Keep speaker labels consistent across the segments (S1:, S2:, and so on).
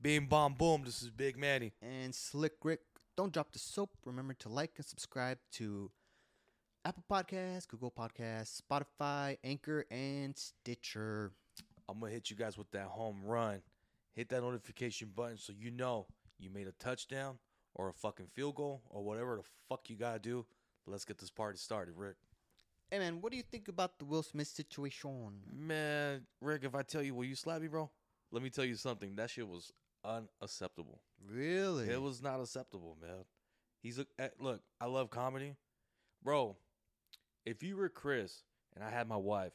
S1: Beam bomb boom. This is Big Manny.
S2: and Slick Rick. Don't drop the soap. Remember to like and subscribe to Apple Podcasts, Google Podcasts, Spotify, Anchor, and Stitcher.
S1: I'm gonna hit you guys with that home run. Hit that notification button so you know you made a touchdown or a fucking field goal or whatever the fuck you gotta do. Let's get this party started, Rick.
S2: Hey man, what do you think about the Will Smith situation?
S1: Man, Rick, if I tell you, will you slap me, bro? Let me tell you something. That shit was unacceptable.
S2: Really?
S1: It was not acceptable, man. He's look. eh, Look, I love comedy, bro. If you were Chris and I had my wife,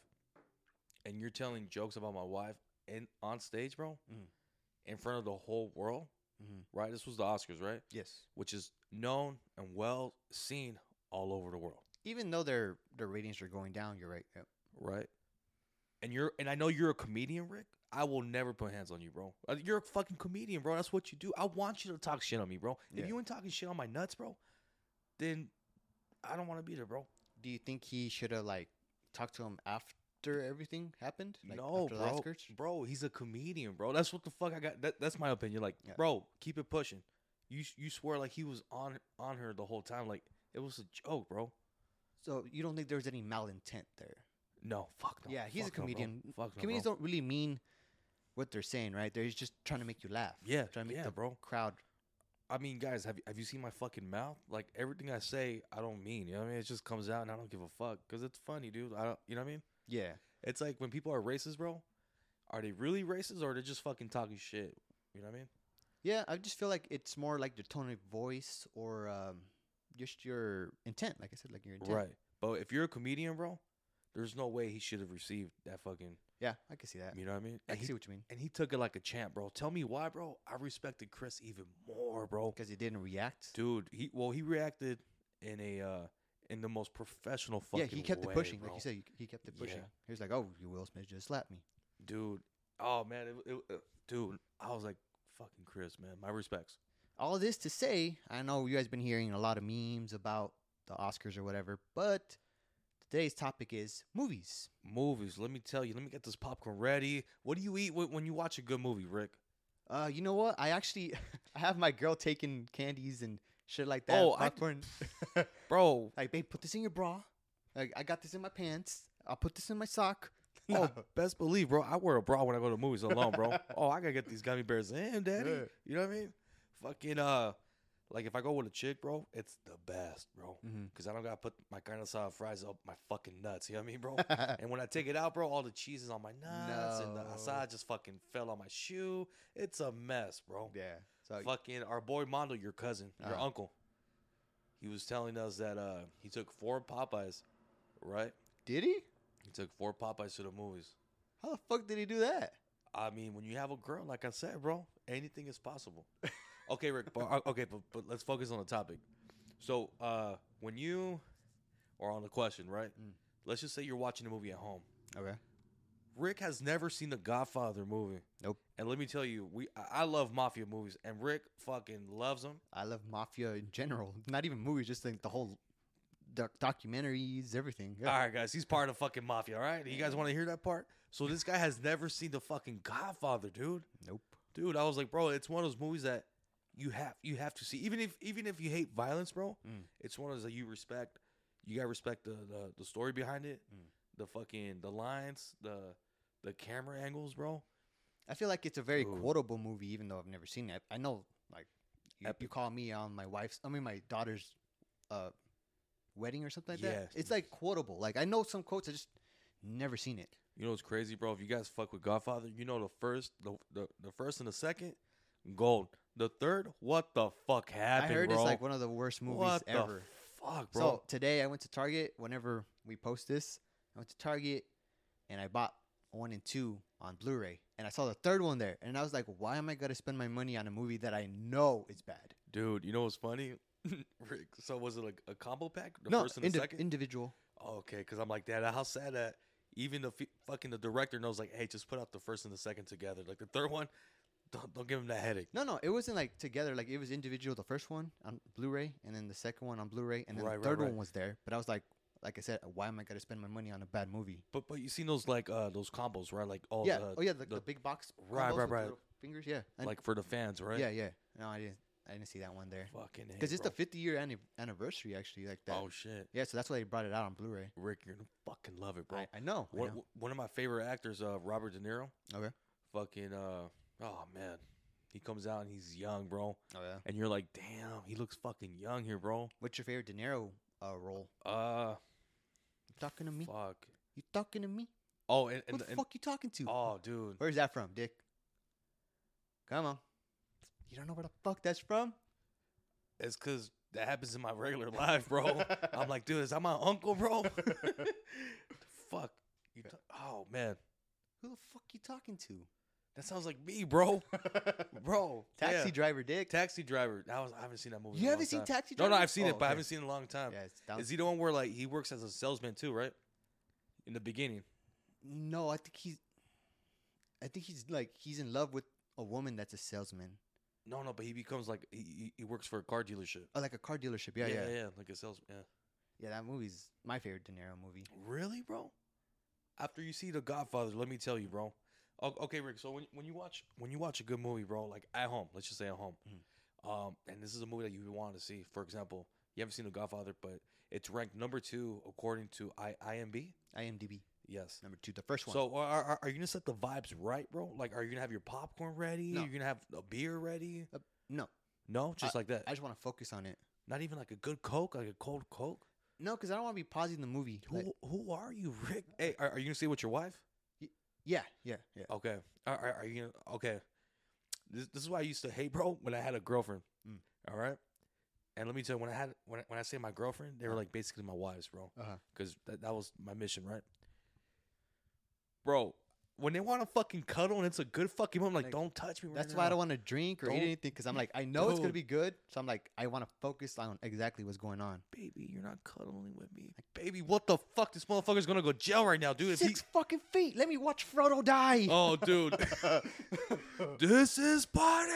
S1: and you're telling jokes about my wife and on stage, bro,
S2: Mhm.
S1: in front of the whole world,
S2: Mhm.
S1: right? This was the Oscars, right?
S2: yes.
S1: Which is known and well seen all over the world,
S2: Even though their their ratings are going down, you're right. Uh, Yep.
S1: right? And you're and I know you're a comedian, Rick. I will never put hands on you, bro. Uh, You're a fucking comedian, bro. That's what you do. I want you to talk shit on me, bro.
S2: Yeah.
S1: If you ain't talking shit on my nuts, bro, then I don't want to be there, bro.
S2: Do you think he should have like talked to him after everything happened? Like,
S1: no,
S2: after
S1: bro.
S2: The Oscars?
S1: Bro, he's a comedian, bro. That's what the fuck I got. That, that's my opinion. Like,
S2: Yeah.
S1: bro, keep it pushing. You you swear like he was on on her the whole time. Like it was a joke, bro.
S2: So you don't think there was any malintent there?
S1: No, fuck no.
S2: yeah, he's a
S1: Fuck no, bro.
S2: comedian.
S1: fuck no,
S2: Comedians
S1: bro.
S2: don't really mean what they're saying, right? They're just trying to make you laugh.
S1: Yeah,
S2: trying to make
S1: yeah,
S2: the
S1: bro.
S2: crowd.
S1: I mean, guys, have you- have you seen my fucking mouth? Like everything I say, I don't mean. You know what I mean? It just comes out, and I don't give a fuck because it's funny, dude. I don't. You know what I mean?
S2: Yeah,
S1: It's like when people are racist, bro. Are they really racist or are they just fucking talking shit? You know what I mean?
S2: yeah. I just feel like it's more like the tone of voice or um, just your intent. Like I said, like your intent.
S1: Right. But if you're a comedian, bro, there's no way he should have received that fucking.
S2: Yeah, I can see that.
S1: You know what I mean?
S2: I
S1: And
S2: can
S1: he,
S2: see what you mean
S1: and he took it like a champ, bro. Tell me why, bro. I respected Chris even more, bro.
S2: because he didn't react.
S1: Dude, he well, he reacted in a uh in the most professional fucking.
S2: yeah, he kept
S1: way,
S2: it pushing. Like
S1: bro.
S2: you said, he kept it pushing.
S1: Yeah.
S2: He was like, "Oh, you Will Smith just slapped me."
S1: dude. Oh man, it, it, uh, dude. I was like, fucking Chris, man. My respects.
S2: all this to say, I know you guys been hearing a lot of memes about the Oscars or whatever, but today's topic is movies.
S1: Movies. Let me tell you. Let me get this popcorn ready. What do you eat when, when you watch a good movie, Rick?
S2: Uh, you know what? I actually I have my girl taking candies and shit like that.
S1: Oh, I-
S2: popcorn.
S1: Bro,
S2: like, babe, put this in your bra. Like, I got this in my pants. I'll put this in my sock.
S1: Oh, best believe, bro. I wear a bra when I go to movies alone, bro. oh, I gotta get these gummy bears in, daddy.
S2: Yeah.
S1: You know what I mean? Fucking uh, like if I go with a chick, bro, it's the best, bro.
S2: Mhm.
S1: Cause I don't gotta put my carne asada fries up my fucking nuts. You know what I mean, bro? and when I take it out, bro, all the cheese is on my nuts, and the
S2: No.
S1: asada just fucking fell on my shoe. It's a mess, bro.
S2: yeah. So
S1: Fucking our boy Mondo, your cousin, your
S2: Uh-huh.
S1: uncle. He was telling us that uh he took four Popeyes, right?
S2: did he?
S1: He took four Popeyes to the movies.
S2: How the fuck did he do that?
S1: I mean, when you have a girl, like I said, bro, anything is possible. okay, Rick. But, uh, okay, but, but let's focus on the topic. So, uh, when you or on the question, right?
S2: Mm.
S1: Let's just say you're watching a movie at home.
S2: Okay.
S1: Rick has never seen the Godfather movie.
S2: Nope.
S1: And let me tell you, we I I love mafia movies, and Rick fucking loves them.
S2: I love mafia in general. Not even movies, just like the whole doc- documentaries, everything. Yeah.
S1: All right, guys, he's part of fucking mafia. All right, you guys want to hear that part? So this guy has never seen the fucking Godfather, dude.
S2: Nope.
S1: dude i was like bro it's one of those movies that you have you have to see even if even if you hate violence bro
S2: Mm.
S1: it's one of those that you respect you gotta respect the the, the story behind it
S2: Mm.
S1: the fucking the lines the the camera angles bro
S2: I feel like it's a very
S1: Ooh.
S2: quotable movie, even though I've never seen it. I know, like, you, you
S1: Epic.
S2: call me on my wife's, I mean, my daughter's uh, wedding or something like that.
S1: Yeah.
S2: It's like quotable. Like, I know some quotes, I just never seen it.
S1: you know what's crazy bro if you guys fuck with godfather you know the first the the, the first and the second gold the third what the fuck happened
S2: I heard
S1: bro
S2: it's like one of the worst movies
S1: what
S2: ever.
S1: the fuck bro
S2: So today I went to Target. Whenever we post this, I went to Target and I bought one and two on Blu-ray, and I saw the third one there, and I was like, "Why am I gonna spend my money on a movie that I know is bad?"
S1: dude you know what's funny Rick, so was it like a combo pack the
S2: no,
S1: first and the
S2: indi-
S1: second Oh,
S2: individual.
S1: Okay, because I'm like, Dad, how sad that even the f- fucking the director knows, like, hey, just put out the first and the second together. Like the third one, don't don't give him that headache.
S2: No, no, it wasn't like together. Like it was individual. The first one on Blu-ray, and then the second one on Blu-ray, and then
S1: Right,
S2: the
S1: right,
S2: third
S1: right.
S2: one was there. But I was like, like I said, why am I gonna spend my money on a bad movie?
S1: But but you seen those like uh those combos right? Like oh
S2: yeah,
S1: the,
S2: oh yeah, the, the,
S1: the-
S2: big box.
S1: right
S2: combos
S1: right
S2: with
S1: right.
S2: little- fingers. Yeah. And-
S1: like for the fans, right?
S2: Yeah, yeah. No, I didn't. I didn't see that one there.
S1: Fucking A,
S2: Because it's
S1: bro.
S2: the 50 year anni- anniversary, actually, like that.
S1: Oh shit,
S2: yeah, so that's why they brought it out on Blu-ray.
S1: Rick, you're gonna fucking love it, bro.
S2: I, I know. I
S1: one,
S2: know.
S1: w- one of my favorite actors, uh, Robert De Niro.
S2: Okay.
S1: Fucking uh, oh man, he comes out and he's young, bro.
S2: Oh yeah.
S1: And you're like, damn, he looks fucking young here, bro.
S2: What's your favorite De Niro uh, role?
S1: Uh,
S2: You talking to me?
S1: fuck.
S2: You talking to me?
S1: Oh, and,
S2: Who
S1: and,
S2: the
S1: and-
S2: fuck you talking to?
S1: oh, dude,
S2: Where's that from, Dick? Come on. You don't know where the fuck that's from?
S1: it's cause that happens in my regular life, bro. I'm like, dude, is that my uncle, bro? fuck. You t- oh man,
S2: Who the fuck you talking to?
S1: that sounds like me, bro. bro,
S2: Taxi
S1: yeah.
S2: driver, Dick.
S1: Taxi driver. That was I haven't seen that movie. in
S2: you
S1: a
S2: haven't
S1: long
S2: seen
S1: time.
S2: Taxi
S1: No,
S2: Driver?
S1: no, I've seen
S2: Oh,
S1: it, but I
S2: okay.
S1: haven't seen it in a long time.
S2: Yeah, it's down.
S1: Is he the one where like he works as a salesman too, right? In the beginning.
S2: No, I think he's. I think he's like he's in love with a woman that's a salesman,
S1: No, no, but he becomes like he, he- he works for a car dealership.
S2: oh, like a car dealership. Yeah, yeah, yeah.
S1: yeah, like a salesman. Yeah.
S2: that movie's my favorite De Niro movie.
S1: Really, bro? After you see The Godfather, let me tell you, bro. O- Okay, Rick. So when when you watch when you watch a good movie, bro, like at home, let's just say at home,
S2: Mhm.
S1: um, and this is a movie that you want to see. For example, you haven't seen The Godfather, but it's ranked number two according to I- IMDb.
S2: IMDb
S1: Yes.
S2: number two, the first one.
S1: So are, are, are you gonna set the vibes right, bro? Like, are you gonna have your popcorn ready?
S2: No.
S1: You're gonna have a beer ready?
S2: no,
S1: No, just like that.
S2: I just want to focus on it.
S1: Not even like a good Coke, like a cold Coke.
S2: No, because I don't want to be pausing the movie.
S1: Who
S2: like-
S1: who are you, Rick? Hey, are, are you gonna see it with your wife?
S2: yeah, yeah, yeah.
S1: Okay. Are, are, are you gonna? Okay. This, this is why I used to hate, bro, when I had a girlfriend.
S2: Mm.
S1: All right. And let me tell you, when I had when I, when I say my girlfriend, they were like basically my wives, bro,
S2: Uh-huh.
S1: because that, that was my mission, right? Bro, when they want to fucking cuddle and it's a good fucking moment, like,
S2: Like,
S1: don't touch me. Right
S2: That's
S1: now.
S2: why I don't want to drink or eat
S1: Don't-
S2: anything because I'm like I know it's gonna
S1: Dude.
S2: be good, so I'm like I want to focus on exactly what's going on.
S1: baby, you're not cuddling with me. Like, baby, what the fuck? This motherfucker's gonna go jail right now, dude. If he,
S2: Six fucking feet. Let me watch Frodo die.
S1: oh, dude, this is party,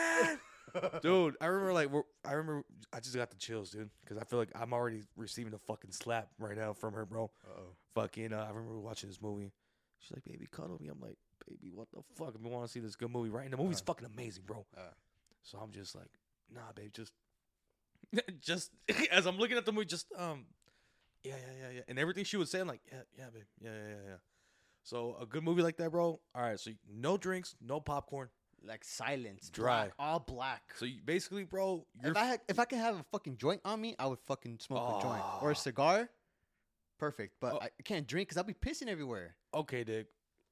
S1: dude. I remember, like, we're, I remember, I just got the chills, dude, because I feel like I'm already receiving a fucking slap right now from her, bro. Fucking, uh, I remember watching this movie. She's like, baby, cuddle me. I'm like, baby, what the fuck? I've been wanting to see this good movie, right? And the movie's
S2: Uh.
S1: fucking amazing, bro.
S2: Uh.
S1: So I'm just like, nah, babe, just, just as I'm looking at the movie, just um, yeah, yeah, yeah, yeah, and everything she would say, I'm like, yeah, yeah, babe, yeah, yeah, yeah, yeah. So a good movie like that, bro. All right, so no drinks, no popcorn.
S2: Like silence.
S1: Dry.
S2: Black, all black.
S1: So you, basically, bro, you're
S2: if I had, if I could have a fucking joint on me, I would fucking smoke a joint or
S1: Oh.
S2: a cigar. Perfect, but
S1: Oh.
S2: I can't drink because I'll be pissing everywhere.
S1: okay, Dick.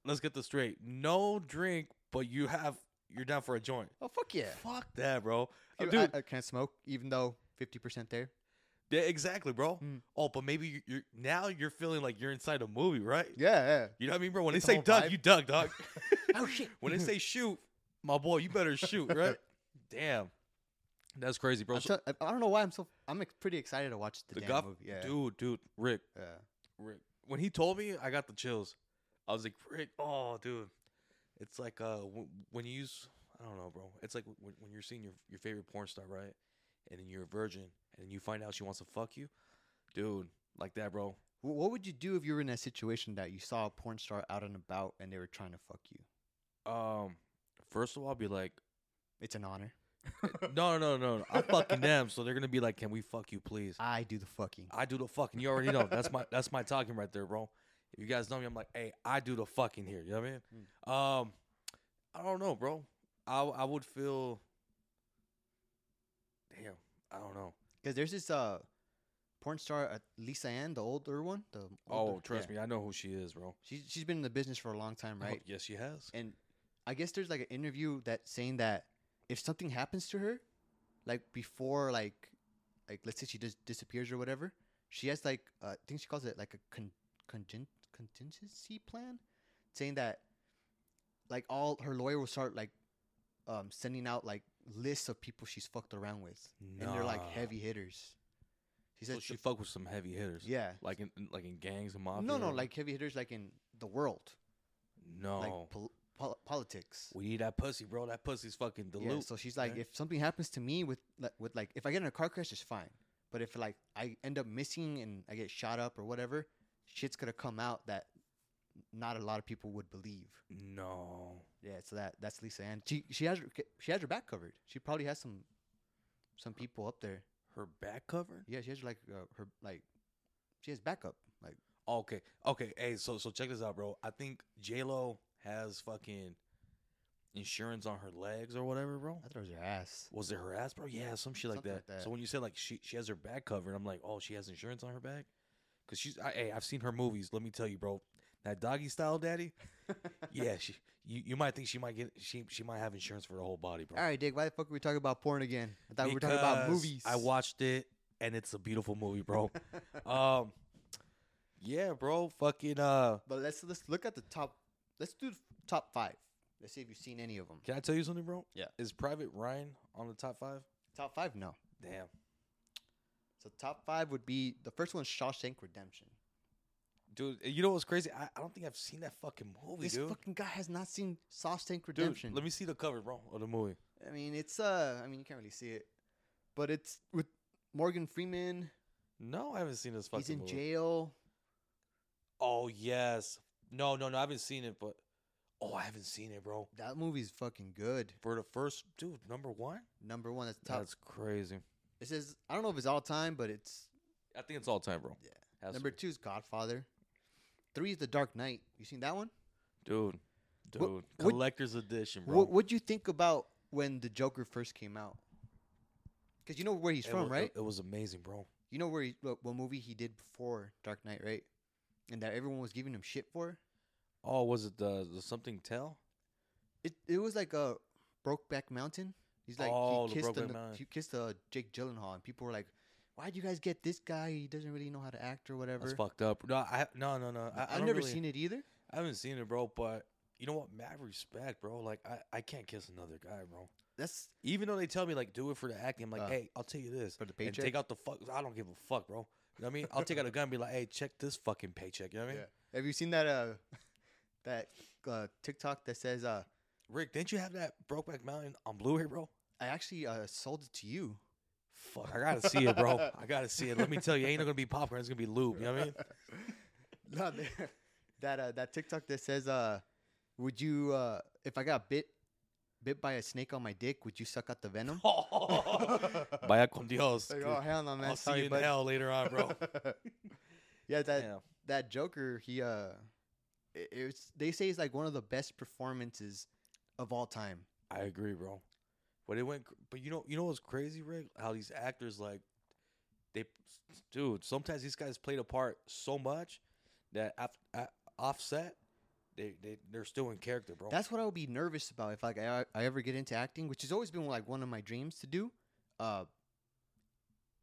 S1: Let's get this straight. No drink, but you have you're down for a joint.
S2: Oh fuck yeah,
S1: Fuck that, bro. Uh,
S2: You know,
S1: dude,
S2: I, I can't smoke even though fifty percent there.
S1: Yeah, exactly, bro.
S2: Mm.
S1: Oh, but maybe you- you're now you're feeling like you're inside a movie, right?
S2: Yeah,
S1: You know what I mean, bro? When
S2: It's a
S1: they say
S2: whole
S1: duck,
S2: vibe.
S1: you duck, dog.
S2: yeah. oh shit.
S1: when they say shoot, my boy, you better shoot, right? Damn, that's crazy, bro.
S2: I'm
S1: So
S2: so, I I don't know why I'm so. I'm like, pretty excited to watch the,
S1: the
S2: damn
S1: golf,
S2: movie. Yeah,
S1: dude, dude, Rick,
S2: yeah.
S1: Rick. When he told me, I got the chills. I was like, Rick, oh, dude, it's like uh, w- when you use, I don't know, bro. It's like when, when you're seeing your your favorite porn star, right? And then you're a virgin, and you find out she wants to fuck you, dude, like that, bro.
S2: Wh- What would you do if you were in a situation that you saw a porn star out and about and they were trying to fuck you?
S1: Um, first of all, I'll be like,
S2: It's an honor.
S1: no, no, no, no. I'm fucking them, so they're gonna be like, can we fuck you, please?
S2: I do the fucking.
S1: I do the fucking. You already know. That's my that's my talking right there, bro. If you guys know me, I'm like, hey, I do the fucking here. You know what I mean? Um, I don't know, bro. I w- I would feel. Damn, I don't know.
S2: Because there's this uh, porn star uh, Lisa Ann, the older one. The
S1: Oh, trust me, I know who she is, bro.
S2: She's she's been in the business for a long time,
S1: Oh,
S2: right?
S1: yes, she has.
S2: And I guess there's like an interview that saying that if something happens to her, like before, like like let's say she just disappears or whatever, she has like uh, I think she calls it like a con- congen- contingency plan, saying that like all her lawyer will start like um, sending out like lists of people she's fucked around with, and they're like
S1: Nah.
S2: heavy hitters. She
S1: So
S2: said
S1: she
S2: she,
S1: fuck with some heavy hitters.
S2: yeah.
S1: Like in in- like in gangs and mafia.
S2: No, no,
S1: or-
S2: like heavy hitters, like in the world,
S1: no.
S2: like pol- pol- politics.
S1: we need that pussy, bro. That pussy's fucking
S2: Yeah,
S1: dilute.
S2: so she's like,
S1: right?
S2: if something happens to me with like, with like, if I get in a car crash, it's fine. But if like I end up missing and I get shot up or whatever, shit's gonna come out that not a lot of people would believe.
S1: No.
S2: Yeah, so that that's Lisa Ann. She she has her, she has her back covered. She probably has some some people up there.
S1: Her back cover?
S2: Yeah, she has like uh, her like she has backup. Like
S1: Okay. Okay. Hey, so so check this out, bro. I think J Lo has fucking insurance on her legs or whatever, bro.
S2: I thought it was her ass.
S1: Was it her ass, bro? Yeah, some shit like
S2: Something
S1: that.
S2: like that.
S1: So when you said like she she has her back covered, I'm like, oh, she has insurance on her back, cause she's. I, hey, I've seen her movies. Let me tell you, bro. That doggy style daddy. yeah, she. You, you might think she might get she she might have insurance for the whole body, bro.
S2: All right, Dick. Why the fuck are we talking about porn again? I thought we were talking about
S1: Because
S2: movies.
S1: I watched it and it's a beautiful movie, bro. um, yeah, bro. Fucking uh,
S2: But let's let's look at the top. Let's do the top five. Let's see if you've seen any of them.
S1: can I tell you something, bro?
S2: Yeah.
S1: Is Private Ryan on the top five?
S2: Top five, no.
S1: Damn.
S2: So top five would be the first one's Shawshank Redemption.
S1: Dude, you know what's crazy? I, I don't think I've seen that fucking movie,
S2: this
S1: dude.
S2: fucking guy has not seen Shawshank
S1: Oh, Dude,
S2: Redemption.
S1: let me see the cover, bro, of the movie.
S2: I mean, it's uh, I mean, you can't really see it, but it's with Morgan Freeman.
S1: No, I haven't seen this fucking
S2: He's in
S1: movie.
S2: jail.
S1: Oh yes. No, no, no. I haven't seen it, but oh, I haven't seen it, bro.
S2: That movie's fucking good.
S1: For the first dude, number one.
S2: Number one, that's top.
S1: That's crazy.
S2: it says I don't know if it's all time, but it's
S1: I think it's all time, bro.
S2: Yeah.
S1: Has to
S2: number
S1: be.
S2: two is Godfather. Three is The Dark Knight. You seen that one?
S1: dude, dude,
S2: What- what-
S1: collector's edition, bro.
S2: What What'd you think about when the Joker first came out? Because you know where he's
S1: It
S2: from,
S1: wa-
S2: right?
S1: It, it was amazing, bro.
S2: you know where he, what, what movie he did before Dark Knight, right? And that everyone was giving him shit for.
S1: Oh, was it the, the something tell?
S2: It it was like a Brokeback Mountain. He's like
S1: Oh, the
S2: he kissed
S1: Brokeback
S2: an-
S1: Mountain.
S2: he kissed uh, Jake Gyllenhaal, and people were like, "Why'd you guys get this guy? He doesn't really know how to act or whatever."
S1: That's fucked up. No, I no no no. I, I
S2: I've
S1: don't
S2: never
S1: really-
S2: seen it either.
S1: I haven't seen it, bro. But you know what? Mad respect, bro. Like I, I can't kiss another guy, bro.
S2: That's
S1: Even though they tell me like do it for the acting, I'm like,
S2: Uh,
S1: hey, I'll tell you this.
S2: for the
S1: and
S2: paycheck.
S1: take out the fuck. I don't give a fuck, bro. You know what I mean? I'll take out a gun and be like, hey, check this fucking paycheck. You know what I mean?
S2: Yeah. Have you seen that uh that uh, TikTok that says uh
S1: Rick, didn't you have that Brokeback Mountain on Blu-ray, bro?
S2: I actually uh, sold it to you?
S1: Fuck, I gotta see it, bro. I gotta see it. Let me tell you, ain't gonna be popcorn. It's gonna be lube. You know what I mean?
S2: no, that- that uh, that TikTok that says, uh, "Would you uh, if I got bit bit by a snake on my dick, would you suck out the venom?"
S1: By con Dios.
S2: Like, oh hell no, man!
S1: I'll
S2: Sorry,
S1: see you in
S2: bud."
S1: hell later on, bro.
S2: yeah, that
S1: Damn.
S2: that Joker, he uh, it, it's they say it's like one of the best performances of all time.
S1: I agree, bro. But it went. cr- But you know, you know what's crazy, Rick? How these actors like, they, dude. Sometimes these guys played a part so much that af, a- offset, they they they're still in character, bro.
S2: That's what I would be nervous about if like I, I ever get into acting, which has always been like one of my dreams to do. Uh,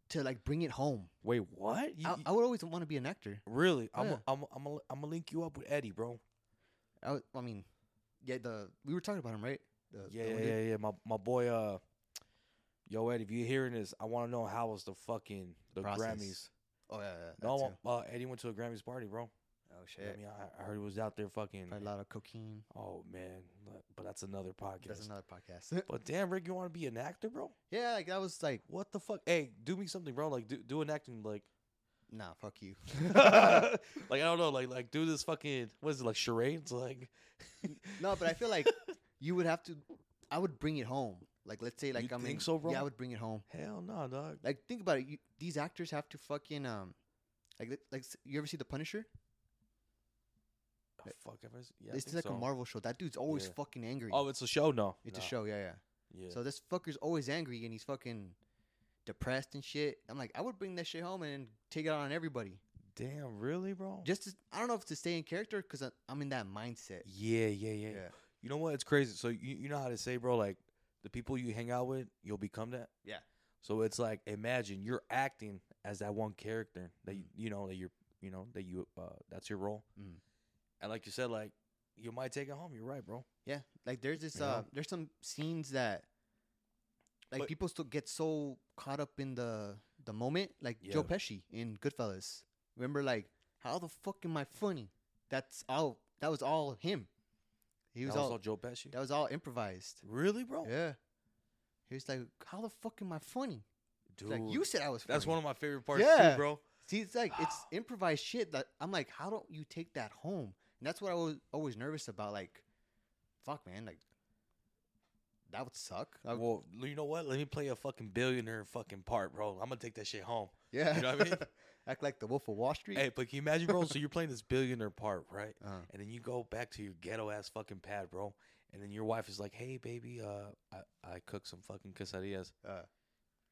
S2: to like bring it home.
S1: wait, what? You,
S2: I,
S1: you-
S2: I would always want to be an actor.
S1: really? I'm
S2: Yeah.
S1: a, I'm a, I'm a, I'm gonna link you up with Eddie, bro.
S2: I, w- I mean, yeah, the we were talking about him, right? The,
S1: Yeah,
S2: the
S1: yeah,
S2: one dude-
S1: yeah, yeah. My my boy, uh, yo, Eddie, if you're hearing this, I want to know how was the fucking the
S2: process.
S1: Grammys.
S2: Oh yeah, yeah that
S1: No,
S2: too.
S1: uh, Eddie went to a Grammys party, bro.
S2: Oh
S1: You know what
S2: shit,
S1: I mean, I, I heard he was out there fucking.
S2: Probably a lot of cocaine.
S1: Oh man, but- but that's another podcast.
S2: That's another podcast.
S1: But damn, Rick, you want to be an actor, bro?
S2: yeah, like that was like,
S1: What the fuck? Hey, do me something, bro. Like, do, do an acting, like,
S2: nah, fuck you.
S1: like I don't know, like, like do this fucking what is it, like charades, like.
S2: no, but I feel like you would have to. I would bring it home. Like, let's say, like I'm
S1: think
S2: in-
S1: so, bro?
S2: Yeah, I would bring it home.
S1: Hell no, dog. Oh,
S2: Like, think about it. You, these actors have to fucking um, like, th- like s- you ever see The Punisher?
S1: Oh, fuck, have I seen? Yeah, I
S2: it's
S1: think
S2: like
S1: so.
S2: a Marvel show. That dude's always
S1: Yeah.
S2: fucking angry.
S1: Oh, it's a show. No,
S2: it's a
S1: Nah.
S2: show. Yeah, yeah.
S1: Yeah.
S2: So this fucker's always angry and he's fucking depressed and shit. I'm like, I would bring that shit home and take it out on everybody.
S1: damn, really, bro?
S2: Just to, I don't know if to stay in character because I'm in that mindset.
S1: yeah, yeah, yeah,
S2: Yeah.
S1: You know what? It's crazy. So you you know how to say, bro? Like the people you hang out with, you'll become that.
S2: Yeah.
S1: So it's like imagine you're acting as that one character that you, you know that you're you know that you uh that's your role.
S2: Mm.
S1: And like you said, like you might take it home. You're right, bro.
S2: Yeah. Like there's this
S1: Yeah.
S2: uh there's some scenes that like
S1: But-
S2: people still get so caught up in the the moment. Like Joe
S1: Yeah.
S2: Pesci in Goodfellas. Remember like how the fuck am I funny? That's all that was all him. He
S1: That
S2: was,
S1: was
S2: all,
S1: all Joe Oh. Pesci.
S2: that was all improvised.
S1: really, bro?
S2: Yeah. He was like, How the fuck am I funny?
S1: Dude,
S2: Like you said, I was. Funny.
S1: that's one of my favorite parts
S2: Yeah.
S1: too, bro.
S2: See, it's like it's improvised shit that I'm like, how don't you take that home? And that's what I was always nervous about. Like, fuck, man, like that would suck. I would-
S1: Well, you know what? Let me play a fucking billionaire fucking part, bro. I'm gonna take that shit home.
S2: yeah,
S1: know what I mean?
S2: act like the Wolf of Wall Street.
S1: Hey, but can you imagine, bro? so you're playing this billionaire part, right?
S2: Uh,
S1: And then you go back to your ghetto ass fucking pad, bro. And then your wife is like, "Hey, baby, uh, I, I cooked some fucking quesadillas,
S2: uh,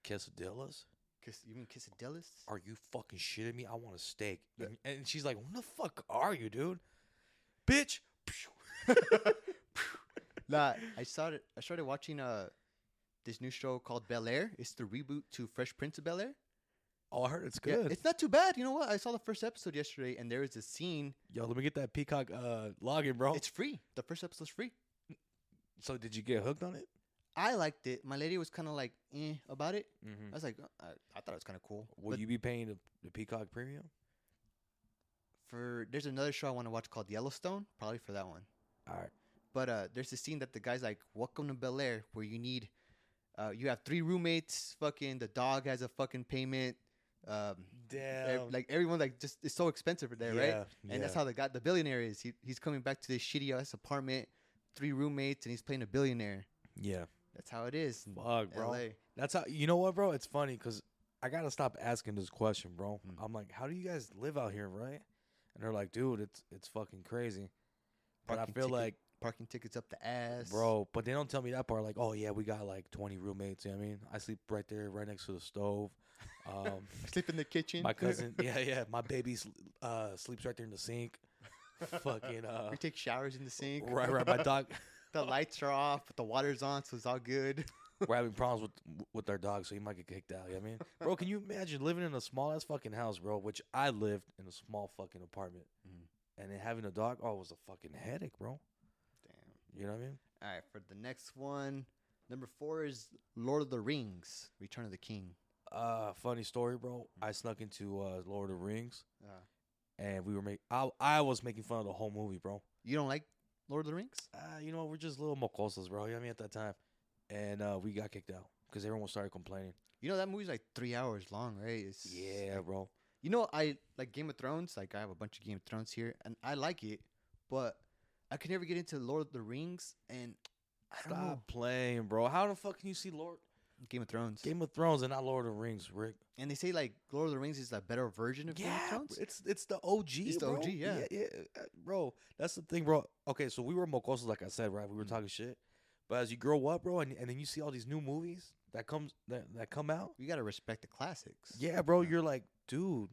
S1: quesadillas.
S2: kiss, you mean Kissadelis?
S1: Are you fucking shitting me? I want a steak."
S2: Yeah.
S1: And, and she's like, "What the fuck are you, dude? Bitch."
S2: nah, I started. I started watching uh this new show called Bel Air. It's the reboot to Fresh Prince of Bel Air.
S1: Oh, I heard it's
S2: Yeah,
S1: good.
S2: it's not too bad. You know what? I saw the first episode yesterday, and there is a scene.
S1: Yo, let me get that Peacock uh, login, bro.
S2: It's free. The first episode's free.
S1: so, did you get hooked on it?
S2: I liked it. My lady was kind of like eh about it.
S1: Mm-hmm.
S2: I was like, "Uh, I, I thought it was kind of cool.
S1: Will
S2: But
S1: you be paying the, the Peacock premium?
S2: for there's another show I want to watch called Yellowstone. Probably for that one.
S1: All right.
S2: But uh, there's this scene that the guy's like, "Welcome to Bel Air," where you need, uh, you have three roommates. Fucking the dog has a fucking payment. Um, ev-
S1: Damn.
S2: like everyone like just it's so expensive there, right? And that's
S1: yeah.
S2: how the guy, the billionaire, is. He, he's coming back to this shitty ass apartment, three roommates, and he's playing a billionaire.
S1: Yeah.
S2: That's how it is. in
S1: Fuck, bro.
S2: LA.
S1: That's how. You know what, bro? It's funny because I gotta stop asking this question, bro.
S2: Mm.
S1: I'm like, how do you guys live out here, right? And they're like, dude, it's it's fucking crazy. But
S2: Parking
S1: I feel
S2: ticket-
S1: like,
S2: parking tickets up the ass,
S1: bro, but they don't tell me that part. Like, oh yeah, we got like 20 roommates. You know what I mean, I sleep right there, right next to the stove. Um,
S2: Sleep in the kitchen.
S1: my cousin, yeah, yeah, my baby sl- uh, sleeps right there in the sink. fucking, uh,
S2: we take showers in the sink.
S1: right, right. My dog,
S2: the lights are off, but the water's on, so it's all good.
S1: we're having problems with with our dog, so he might get kicked out. You know what I mean, bro, can you imagine living in a small ass fucking house, bro? Which I lived in a small fucking apartment,
S2: Mhm.
S1: and then having a dog, oh, it was a fucking headache, bro.
S2: Damn.
S1: You know what I mean?
S2: All right, for the next one, number four is Lord of the Rings: Return of the King.
S1: Uh, funny story, bro. I snuck into uh, Lord of the Rings,
S2: Uh,
S1: and we were make I I was making fun of the whole movie, bro.
S2: you don't like Lord of the Rings?
S1: Uh, you know, we're just little mocosas, bro. You know what I mean? At that time, and uh, we got kicked out because everyone started complaining.
S2: You know that movie's like three hours long, right? It's,
S1: Yeah, bro.
S2: You know, I like Game of Thrones. Like, I have a bunch of Game of Thrones here, and I like it, but I could never get into Lord of the Rings, and I don't know
S1: Stop playing, bro. How the fuck can you see Lord
S2: Game of Thrones.
S1: Game of Thrones and not Lord of the Rings, Rick?
S2: and they say like Lord of the Rings is a better version of Game of Thrones.
S1: it's it's the OG.
S2: It's the
S1: bro.
S2: OG, yeah.
S1: yeah, uh, bro. That's the thing, bro. Okay, so we were mocosos, like I said, right? We were
S2: Mm.
S1: talking shit, but as you grow up, bro, and, and then you see all these new movies that comes that, that come out.
S2: You gotta respect the classics.
S1: Yeah, bro,
S2: Yeah.
S1: you're like, dude,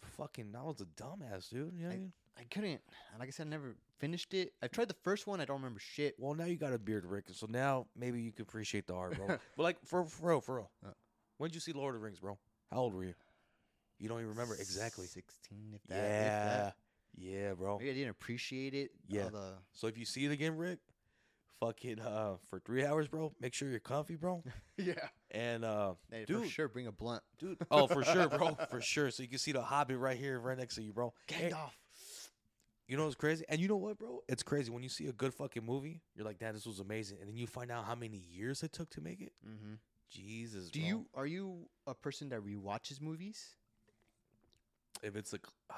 S1: fucking, I was a dumbass, dude. You know what I mean?
S2: I couldn't. Like I said, I never finished it. I tried the first one. I don't remember shit.
S1: Well, now you got a beard, Rick, so now maybe you can appreciate the art, bro. but like, for for real, for real,
S2: Uh.
S1: when did you see Lord of the Rings, bro? How old were you? You don't even remember exactly.
S2: Sixteen, if that. If
S1: Yeah,
S2: that.
S1: yeah, bro.
S2: Maybe I didn't appreciate it.
S1: Yeah.
S2: all the-
S1: So if you see it again, Rick, fucking uh for three hours, bro, make sure you're comfy, bro.
S2: yeah.
S1: And uh
S2: Hey, for
S1: Dude.
S2: sure, bring a blunt.
S1: dude Oh for sure, bro. For sure. So you can see the hobbit right here, right next to you, bro.
S2: Get
S1: And-
S2: off.
S1: you know what's crazy? And you know what, bro? It's crazy. When you see a good fucking movie, you're like, damn, this was amazing. And then you find out how many years it took to make it.
S2: Mm-hmm.
S1: Jesus,
S2: Do
S1: bro.
S2: you are you a person that rewatches movies?
S1: if it's like ah,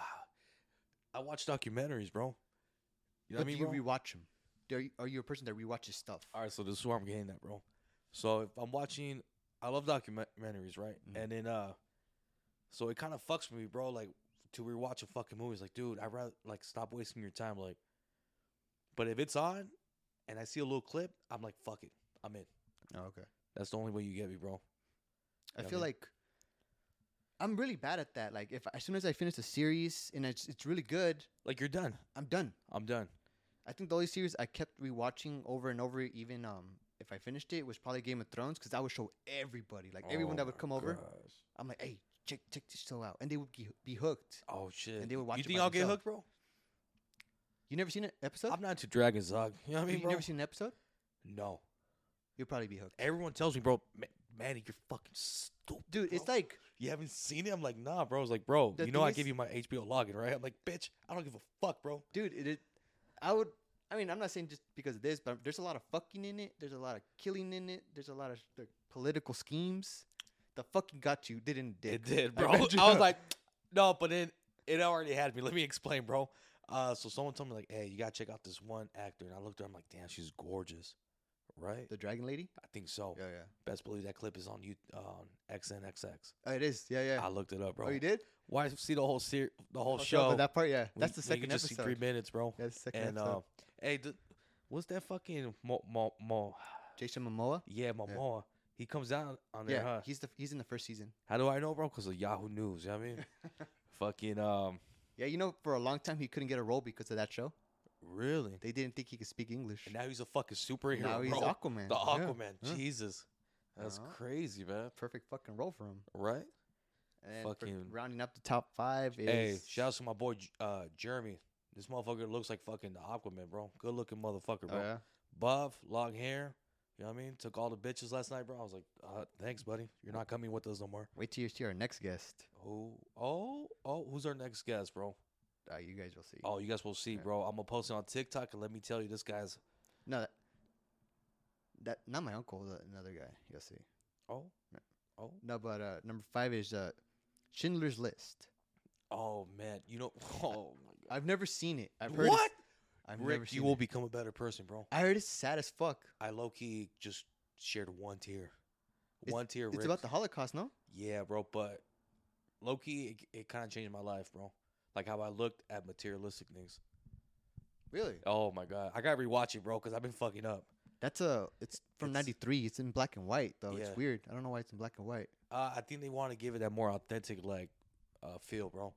S1: I watch documentaries, bro. You know what I mean?
S2: do you
S1: bro?
S2: rewatch them? Are you, are you a person that rewatches stuff?
S1: All right, so this is where I'm getting that, bro. So if I'm watching, I love documentaries, right?
S2: Mhm.
S1: And then, uh, so it kind of fucks me, bro. Like to rewatch a fucking movie, it's like, dude, I rather like stop wasting your time. Like, but if it's on, and I see a little clip, I'm like, fuck it, I'm in.
S2: Oh, okay.
S1: That's the only way you get me, bro.
S2: I
S1: Yeah,
S2: feel
S1: man.
S2: like I'm really bad at that. Like if as soon as I finish a series and it's, it's really good,
S1: Like you're done.
S2: I'm done.
S1: I'm done.
S2: I think the only series I kept rewatching over and over, even um if I finished it, was probably Game of Thrones because I would show everybody, like everyone
S1: Oh
S2: that would
S1: my
S2: come over.
S1: gosh.
S2: I'm like, hey, check check this show out, and they would be, be hooked.
S1: Oh shit.
S2: they would watch
S1: You
S2: it
S1: think
S2: by
S1: I'll get
S2: themselves.
S1: hooked, bro?
S2: You never seen an episode?
S1: I'm not into Dragon Zog. You know what I mean,
S2: you
S1: bro?
S2: never seen an episode?
S1: no.
S2: You'll probably be hooked,
S1: Everyone tells me, bro, Ma- Manny, you're fucking stupid,
S2: dude.
S1: bro.
S2: It's like
S1: you haven't seen it? I'm like, nah, bro. I was like, bro,
S2: The
S1: you know
S2: thing
S1: I
S2: is-
S1: give you my HBO login, right? I'm like, bitch, I don't give a fuck, bro.
S2: dude it, it i would i mean i'm not saying just because of this but there's a lot of fucking in it there's a lot of killing in it there's a lot of like, political schemes the fucking got you didn't dick.
S1: It did,
S2: I
S1: bro. I,
S2: bet you-
S1: was like, no, but it it already had me. Let me explain, bro. Uh, so someone told me like, "Hey, you gotta check out this one actor," and I looked at her. I'm like, "Damn, she's gorgeous, right?"
S2: The Dragon Lady?
S1: I think so.
S2: Yeah, yeah.
S1: Best believe that clip is on you on XNXX.
S2: Oh, it is. Yeah, yeah.
S1: I looked it up, bro.
S2: oh, you did?
S1: Why see the whole ser- the whole
S2: Oh, so-
S1: show?
S2: but that part, yeah.
S1: when
S2: That's
S1: you-
S2: the
S1: when you
S2: second
S1: just see
S2: episode.
S1: three minutes, bro.
S2: That's the second
S1: and
S2: episode.
S1: uh, hey, th- what's that fucking mo, mo, mo-
S2: Jason Momoa?
S1: Yeah, Momoa. He comes out on there,
S2: yeah,
S1: huh?
S2: he's the he's in the first season.
S1: How do I know, bro? Because of Yahoo News. You know what I mean, fucking um,
S2: Yeah, you know, for a long time he couldn't get a role because of that show.
S1: really.
S2: They didn't think he could speak English.
S1: And now he's a fucking superhero,
S2: now he's
S1: bro.
S2: Aquaman.
S1: the
S2: Yeah,
S1: Aquaman.
S2: yeah.
S1: Jesus, that's
S2: Uh-huh.
S1: crazy, man.
S2: Perfect fucking role for him.
S1: Right?
S2: And for
S1: Fucking-
S2: rounding up the top five is
S1: Hey, shout out to my boy J- uh, Jeremy. This motherfucker looks like fucking the Aquaman, bro. Good looking motherfucker,
S2: Oh,
S1: bro.
S2: yeah.
S1: Buff, long hair. You know what I mean? Took all the bitches last night, bro. I was like, uh, thanks, buddy. You're not coming with us no more.
S2: Wait till you see our next guest.
S1: Oh, oh, oh. Who's our next guest, bro?
S2: Uh, you guys will see.
S1: Oh, you guys will see,
S2: Yeah.
S1: bro. I'm gonna post it on TikTok and let me tell you, this guy's.
S2: No, that, that not my uncle. The, another guy. You'll see.
S1: Oh,
S2: Yeah.
S1: oh,
S2: No, but uh, number five is uh, Schindler's List.
S1: oh, man. You know, oh my
S2: I've never seen it. I've
S1: god.
S2: heard.
S1: What?
S2: It's, I've never
S1: Rick,
S2: seen
S1: you will
S2: it.
S1: become a better person, bro.
S2: I heard it's sad as fuck.
S1: I low key just shared one tear. One tear.
S2: It's about
S1: Rick.
S2: the Holocaust, no?
S1: Yeah, bro. But low key, it, it kind of changed my life, bro. Like how I looked at materialistic things.
S2: Really?
S1: Oh my god, I gotta rewatch it, bro, because I've been fucking up.
S2: That's a. It's from
S1: It's-
S2: '93. It's in black and white though.
S1: Yeah.
S2: It's weird. I don't know why it's in black and white.
S1: Uh, I think they want to give it that more authentic, like, uh, feel, bro.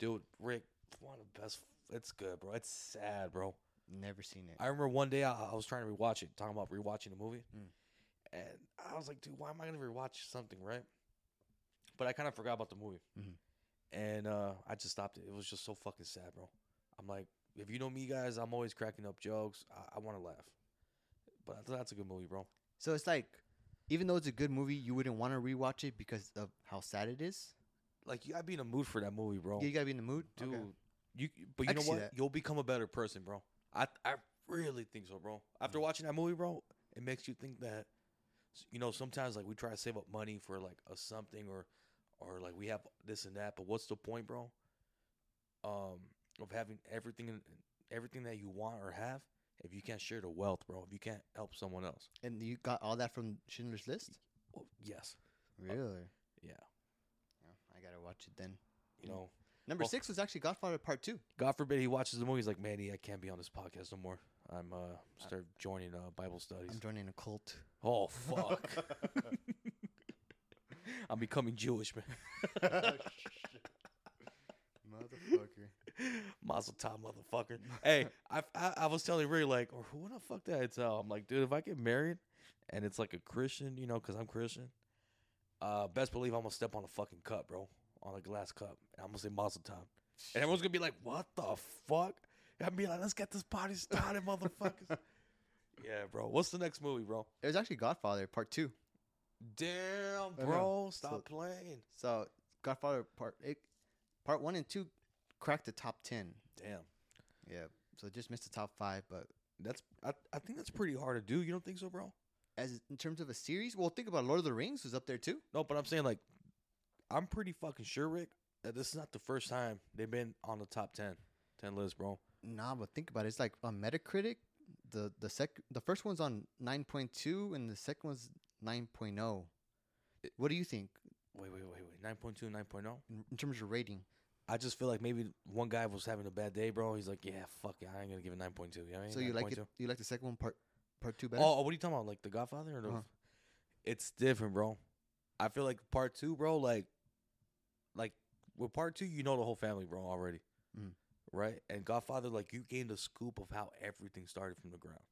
S1: Dude, Rick, one of the best. It's good, bro. It's sad, bro.
S2: Never seen it.
S1: I remember one day I, I was trying to rewatch it, talking about rewatching the movie,
S2: Mm.
S1: and I was like, "Dude, why am I gonna rewatch something?" Right? But I kind of forgot about the movie,
S2: Mhm.
S1: and uh, I just stopped it. It was just so fucking sad, bro. I'm like, if you know me, guys, I'm always cracking up jokes. I, I want to laugh, but I thought that's a good movie, bro.
S2: so it's like, even though it's a good movie, you wouldn't want to rewatch it because of how sad it is.
S1: Like, you gotta be in the mood for that movie, bro.
S2: You gotta be in the mood,
S1: Dude,
S2: Okay.
S1: you but
S2: I
S1: you know
S2: can see
S1: what?
S2: that.
S1: You'll become a better person, bro. I I really think so, bro.
S2: Mm.
S1: After watching that movie, bro, it makes you think that s- you know sometimes like we try to save up money for like a something or or like we have this and that, but what's the point, bro? Um, of having everything in- everything that you want or have if you can't share the wealth, bro. If you can't help someone else,
S2: And you got all that from Schindler's List.
S1: well, yes,
S2: Really?
S1: yeah,
S2: Yeah, I gotta watch it then.
S1: you
S2: Mm.
S1: know.
S2: Number
S1: Well-
S2: six was actually Godfather Part Two.
S1: God forbid he watches the movie. He's like, Manny, I can't be on this podcast no more. I'm uh start joining uh Bible studies.
S2: I'm joining a cult.
S1: Oh fuck! I'm becoming Jewish, man.
S2: Motherfucker.
S1: Mazel tov, motherfucker. Hey, I, I I was telling Ray like, or who the fuck did I tell? I'm like, dude, if I get married, and it's like a Christian, you know, because I'm Christian, uh, best believe I'm gonna step on a fucking cup, bro, on a glass cup, and I'm gonna say Mazel tov, and everyone's gonna be like, what the fuck? And I'm be like, let's get this party started, motherfuckers. yeah, bro. What's the next movie, bro?
S2: It was actually Godfather Part Two.
S1: Damn,
S2: I know.
S1: bro,
S2: So-
S1: stop playing.
S2: So Godfather Part it, Part One and Two cracked the top ten.
S1: Damn.
S2: Yeah. So just missed the top five, but
S1: That's I, I think that's pretty hard to do. You don't think so, bro?
S2: as in terms of a series, well, think about Lord of the Rings was up there too.
S1: No, but I'm saying like I'm pretty fucking sure, Rick, that this is not the first time they've been on the top 10, 10 list, bro.
S2: Nah, but think about it. It's like on Metacritic, the the sec the first one's on nine point two and the second one's nine oh. What do you think
S1: Wait, wait, wait, wait. 9.2, 9.0.
S2: in, in terms of rating?
S1: oh? I just feel like maybe one guy was having a bad day, bro. He's like, yeah, fuck it. I ain't gonna give it 9.2. You know what I mean?
S2: So you like it?
S1: 9.2.
S2: You like the second one part part two better?
S1: Oh, what are you talking about? Like The Godfather or the
S2: Uh-huh.
S1: It's different, bro. I feel like part 2, bro, like like with part 2, you know the whole family, bro, already.
S2: Mhm.
S1: Right? And Godfather like you gained a scoop of how everything started from the ground.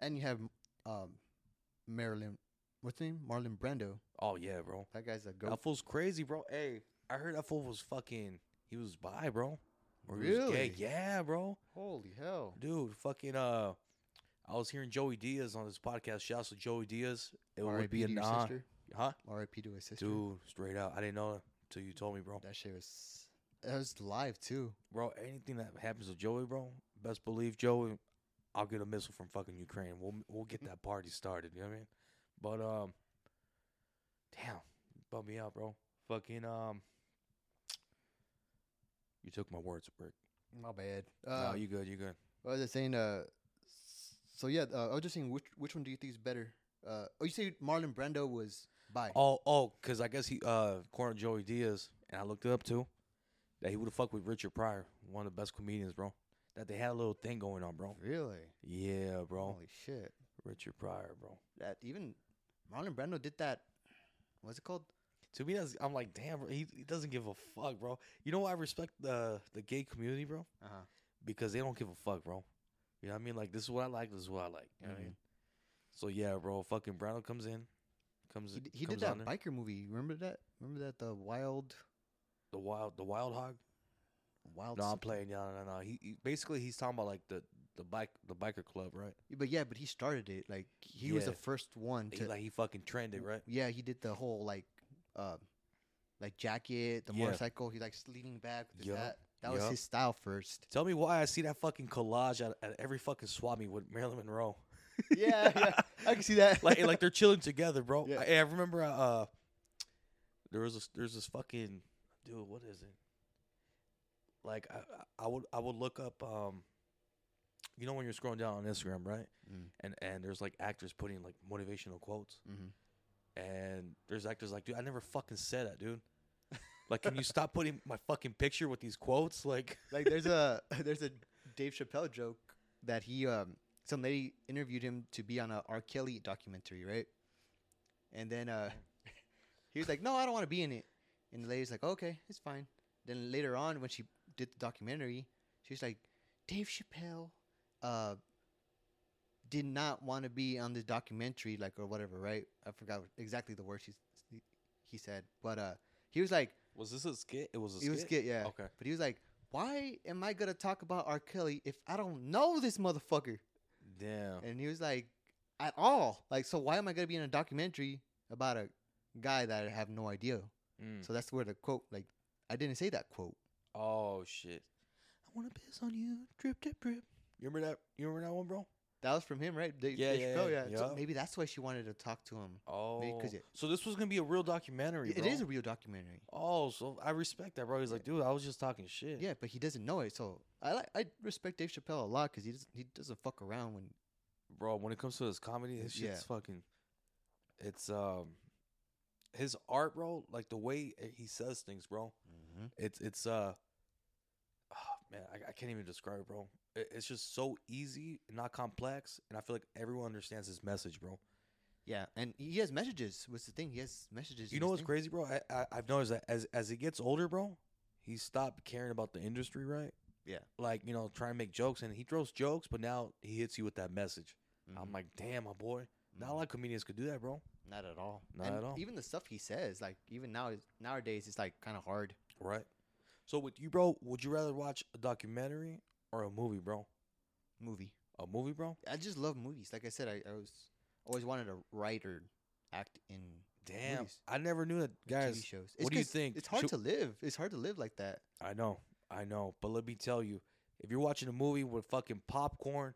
S2: And you have um, Marilyn, what's his name? Marlon Brando.
S1: Oh yeah, bro.
S2: That guy's a
S1: That
S2: goat.
S1: fool's crazy, bro. Hey, I heard that fool was fucking. He was bi, bro. Or he was gay.
S2: Really?
S1: Yeah, bro.
S2: Holy hell!
S1: Dude, fucking. Uh, I was hearing Joey Diaz on this podcast. Shouts to Joey Diaz. It would
S2: R.I.P.
S1: be
S2: to
S1: a
S2: your
S1: non,
S2: sister.
S1: huh?
S2: R.I.P. to his sister.
S1: Dude, straight out. I didn't know until you told me, bro.
S2: That shit was. That was live too.
S1: Bro, anything that happens to Joey, bro, best believe Joey, I'll get a missile from fucking Ukraine. We'll we'll get that party started. You know what I mean? But um, damn, bump me out, bro. Fucking um, you took my words, Rick.
S2: My bad.
S1: No,
S2: Uh,
S1: you good? You good?
S2: what was I saying? Uh, s- so yeah, uh, I was just saying which which one do you think is better? Uh, oh, you say Marlon Brando was by.
S1: Oh, oh, because I guess he, uh, according to Joey Diaz, and I looked it up too, that he would have fucked with Richard Pryor, one of the best comedians, bro. That they had a little thing going on, bro.
S2: really?
S1: Yeah, bro.
S2: Holy shit!
S1: Richard Pryor, bro.
S2: That even Marlon Brando did that. What's it called?
S1: To me, that's, I'm like, damn, bro, he, he doesn't give a fuck, bro. You know why I respect the the gay community, bro?
S2: Uh huh.
S1: Because they don't give a fuck, bro. You know what I mean? Like, this is what I like. This is what I like. You know what I
S2: Mhm.
S1: mean? So yeah, bro. Fucking Brown comes in, comes
S2: He, d- he
S1: comes
S2: did that
S1: on in.
S2: biker movie. You Remember that? Remember that the wild
S1: the wild the wild hog.
S2: wild.
S1: No, I'm
S2: some-
S1: playing. No, no, no. He, he basically he's talking about like the the bike the biker club, right?
S2: But yeah, but he started it. Like he was the
S1: Yeah.
S2: first one
S1: He,
S2: to.
S1: like he fucking trended, right?
S2: yeah, he did the whole like, uh, like jacket, the
S1: Yeah.
S2: motorcycle. He like leaning back with his
S1: Yup,
S2: hat. That was
S1: yup.
S2: his style first.
S1: Tell me why I see that fucking collage at, at every fucking swap meet with Marilyn Monroe.
S2: yeah, yeah, I can see that.
S1: like like they're chilling together, bro.
S2: Yeah.
S1: I, I remember uh, uh there was this there's this fucking dude, what is it? Like I, I- I would I would look up um you know when you're scrolling down on Instagram, right?
S2: Mm.
S1: And and there's like actors putting like motivational quotes.
S2: Mhm.
S1: And there's actors like, dude, I never fucking said that, dude. Like, can you stop putting my fucking picture with these quotes? Like,
S2: like there's a there's a Dave Chappelle joke that he um some lady interviewed him to be on a R. Kelly documentary, right? And then uh he was like, No, I don't want to be in it. And the lady's like, Okay, it's fine. Then later on when she did the documentary, she was like, Dave Chappelle uh did not want to be on this documentary, like or whatever, right? I forgot exactly the words he he said. But uh he was like
S1: was this a skit? It was a
S2: he
S1: skit.
S2: was good, yeah.
S1: Okay.
S2: But he was like, "Why am I gonna talk about R. Kelly if I don't know this motherfucker?"
S1: Damn.
S2: And he was like, "At all. Like, so why am I gonna be in a documentary about a guy that I have no idea?"
S1: Mm.
S2: So that's where the quote, like, I didn't say that quote.
S1: Oh shit! I want to piss on you, drip, drip, drip. You remember that? You remember that one, bro?
S2: That was from him, right? Dave-
S1: Yeah,
S2: Dave
S1: yeah,
S2: Chappelle,
S1: yeah,
S2: So
S1: yeah.
S2: maybe that's why she wanted to talk to him.
S1: Oh,
S2: Because it-
S1: so this was gonna be a real documentary.
S2: It
S1: bro.
S2: is a real documentary.
S1: oh, so I respect that, bro. He's like, dude, I was just talking shit.
S2: Yeah, but he doesn't know it. So I like I respect Dave Chappelle a lot because he doesn't he doesn't fuck around when
S1: bro. When it comes to his comedy, his shit's
S2: Yeah.
S1: fucking. It's um, his art, bro. Like the way he says things, bro. It's it's uh, ah, man, I, I can't even describe it, bro. It, it's just so easy, and not complex, and I feel like everyone understands his message, bro.
S2: yeah, and he has messages. What's the thing? He has messages.
S1: You
S2: in
S1: know
S2: his
S1: what's
S2: thing.
S1: crazy, bro? I, I I've noticed that as as he gets older, bro, he stopped caring about the industry, right?
S2: Yeah.
S1: Like you know, trying to make jokes, and he throws jokes, but now he hits you with that message.
S2: Mhm.
S1: I'm like, damn, my boy.
S2: Mm-hmm.
S1: Not a lot of comedians could do that, bro.
S2: Not at all.
S1: Not at all.
S2: Even the stuff he says, like even now nowadays, it's like kind of hard.
S1: Right. So with you, bro, would you rather watch a documentary or a movie, bro?
S2: Movie.
S1: A movie, bro?
S2: I just love movies. Like I said, I, I was always wanted to write or act in
S1: Damn,
S2: Movies.
S1: I never knew that,
S2: TV
S1: guys.
S2: shows.
S1: what do you
S2: 'cause
S1: think?
S2: It's hard
S1: Should-
S2: to live. It's hard to live like that.
S1: I know, I know, but let me tell you, if you're watching a movie with fucking popcorn,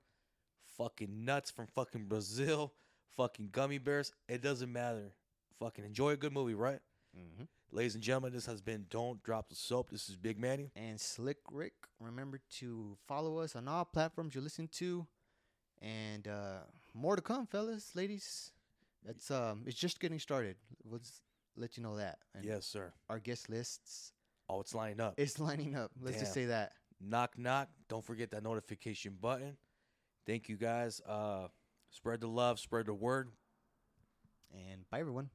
S1: fucking nuts from fucking Brazil, fucking gummy bears, it doesn't matter. Fucking enjoy a good movie, right?
S2: Mm-hmm.
S1: Ladies and gentlemen, this has been Don't Drop the Soap. This is Big Manny.
S2: And Slick Rick, remember to follow us on all platforms you listen to, and uh, more to come, fellas, ladies. It's um, it's just getting started. Let's let you know that. And
S1: Yes, sir.
S2: Our guest lists
S1: Oh, it's lining up.
S2: is lining up. Let's just
S1: Damn.
S2: say that.
S1: knock, knock. Don't forget that notification button. Thank you guys. Uh, spread the love, spread the word.
S2: And bye, everyone.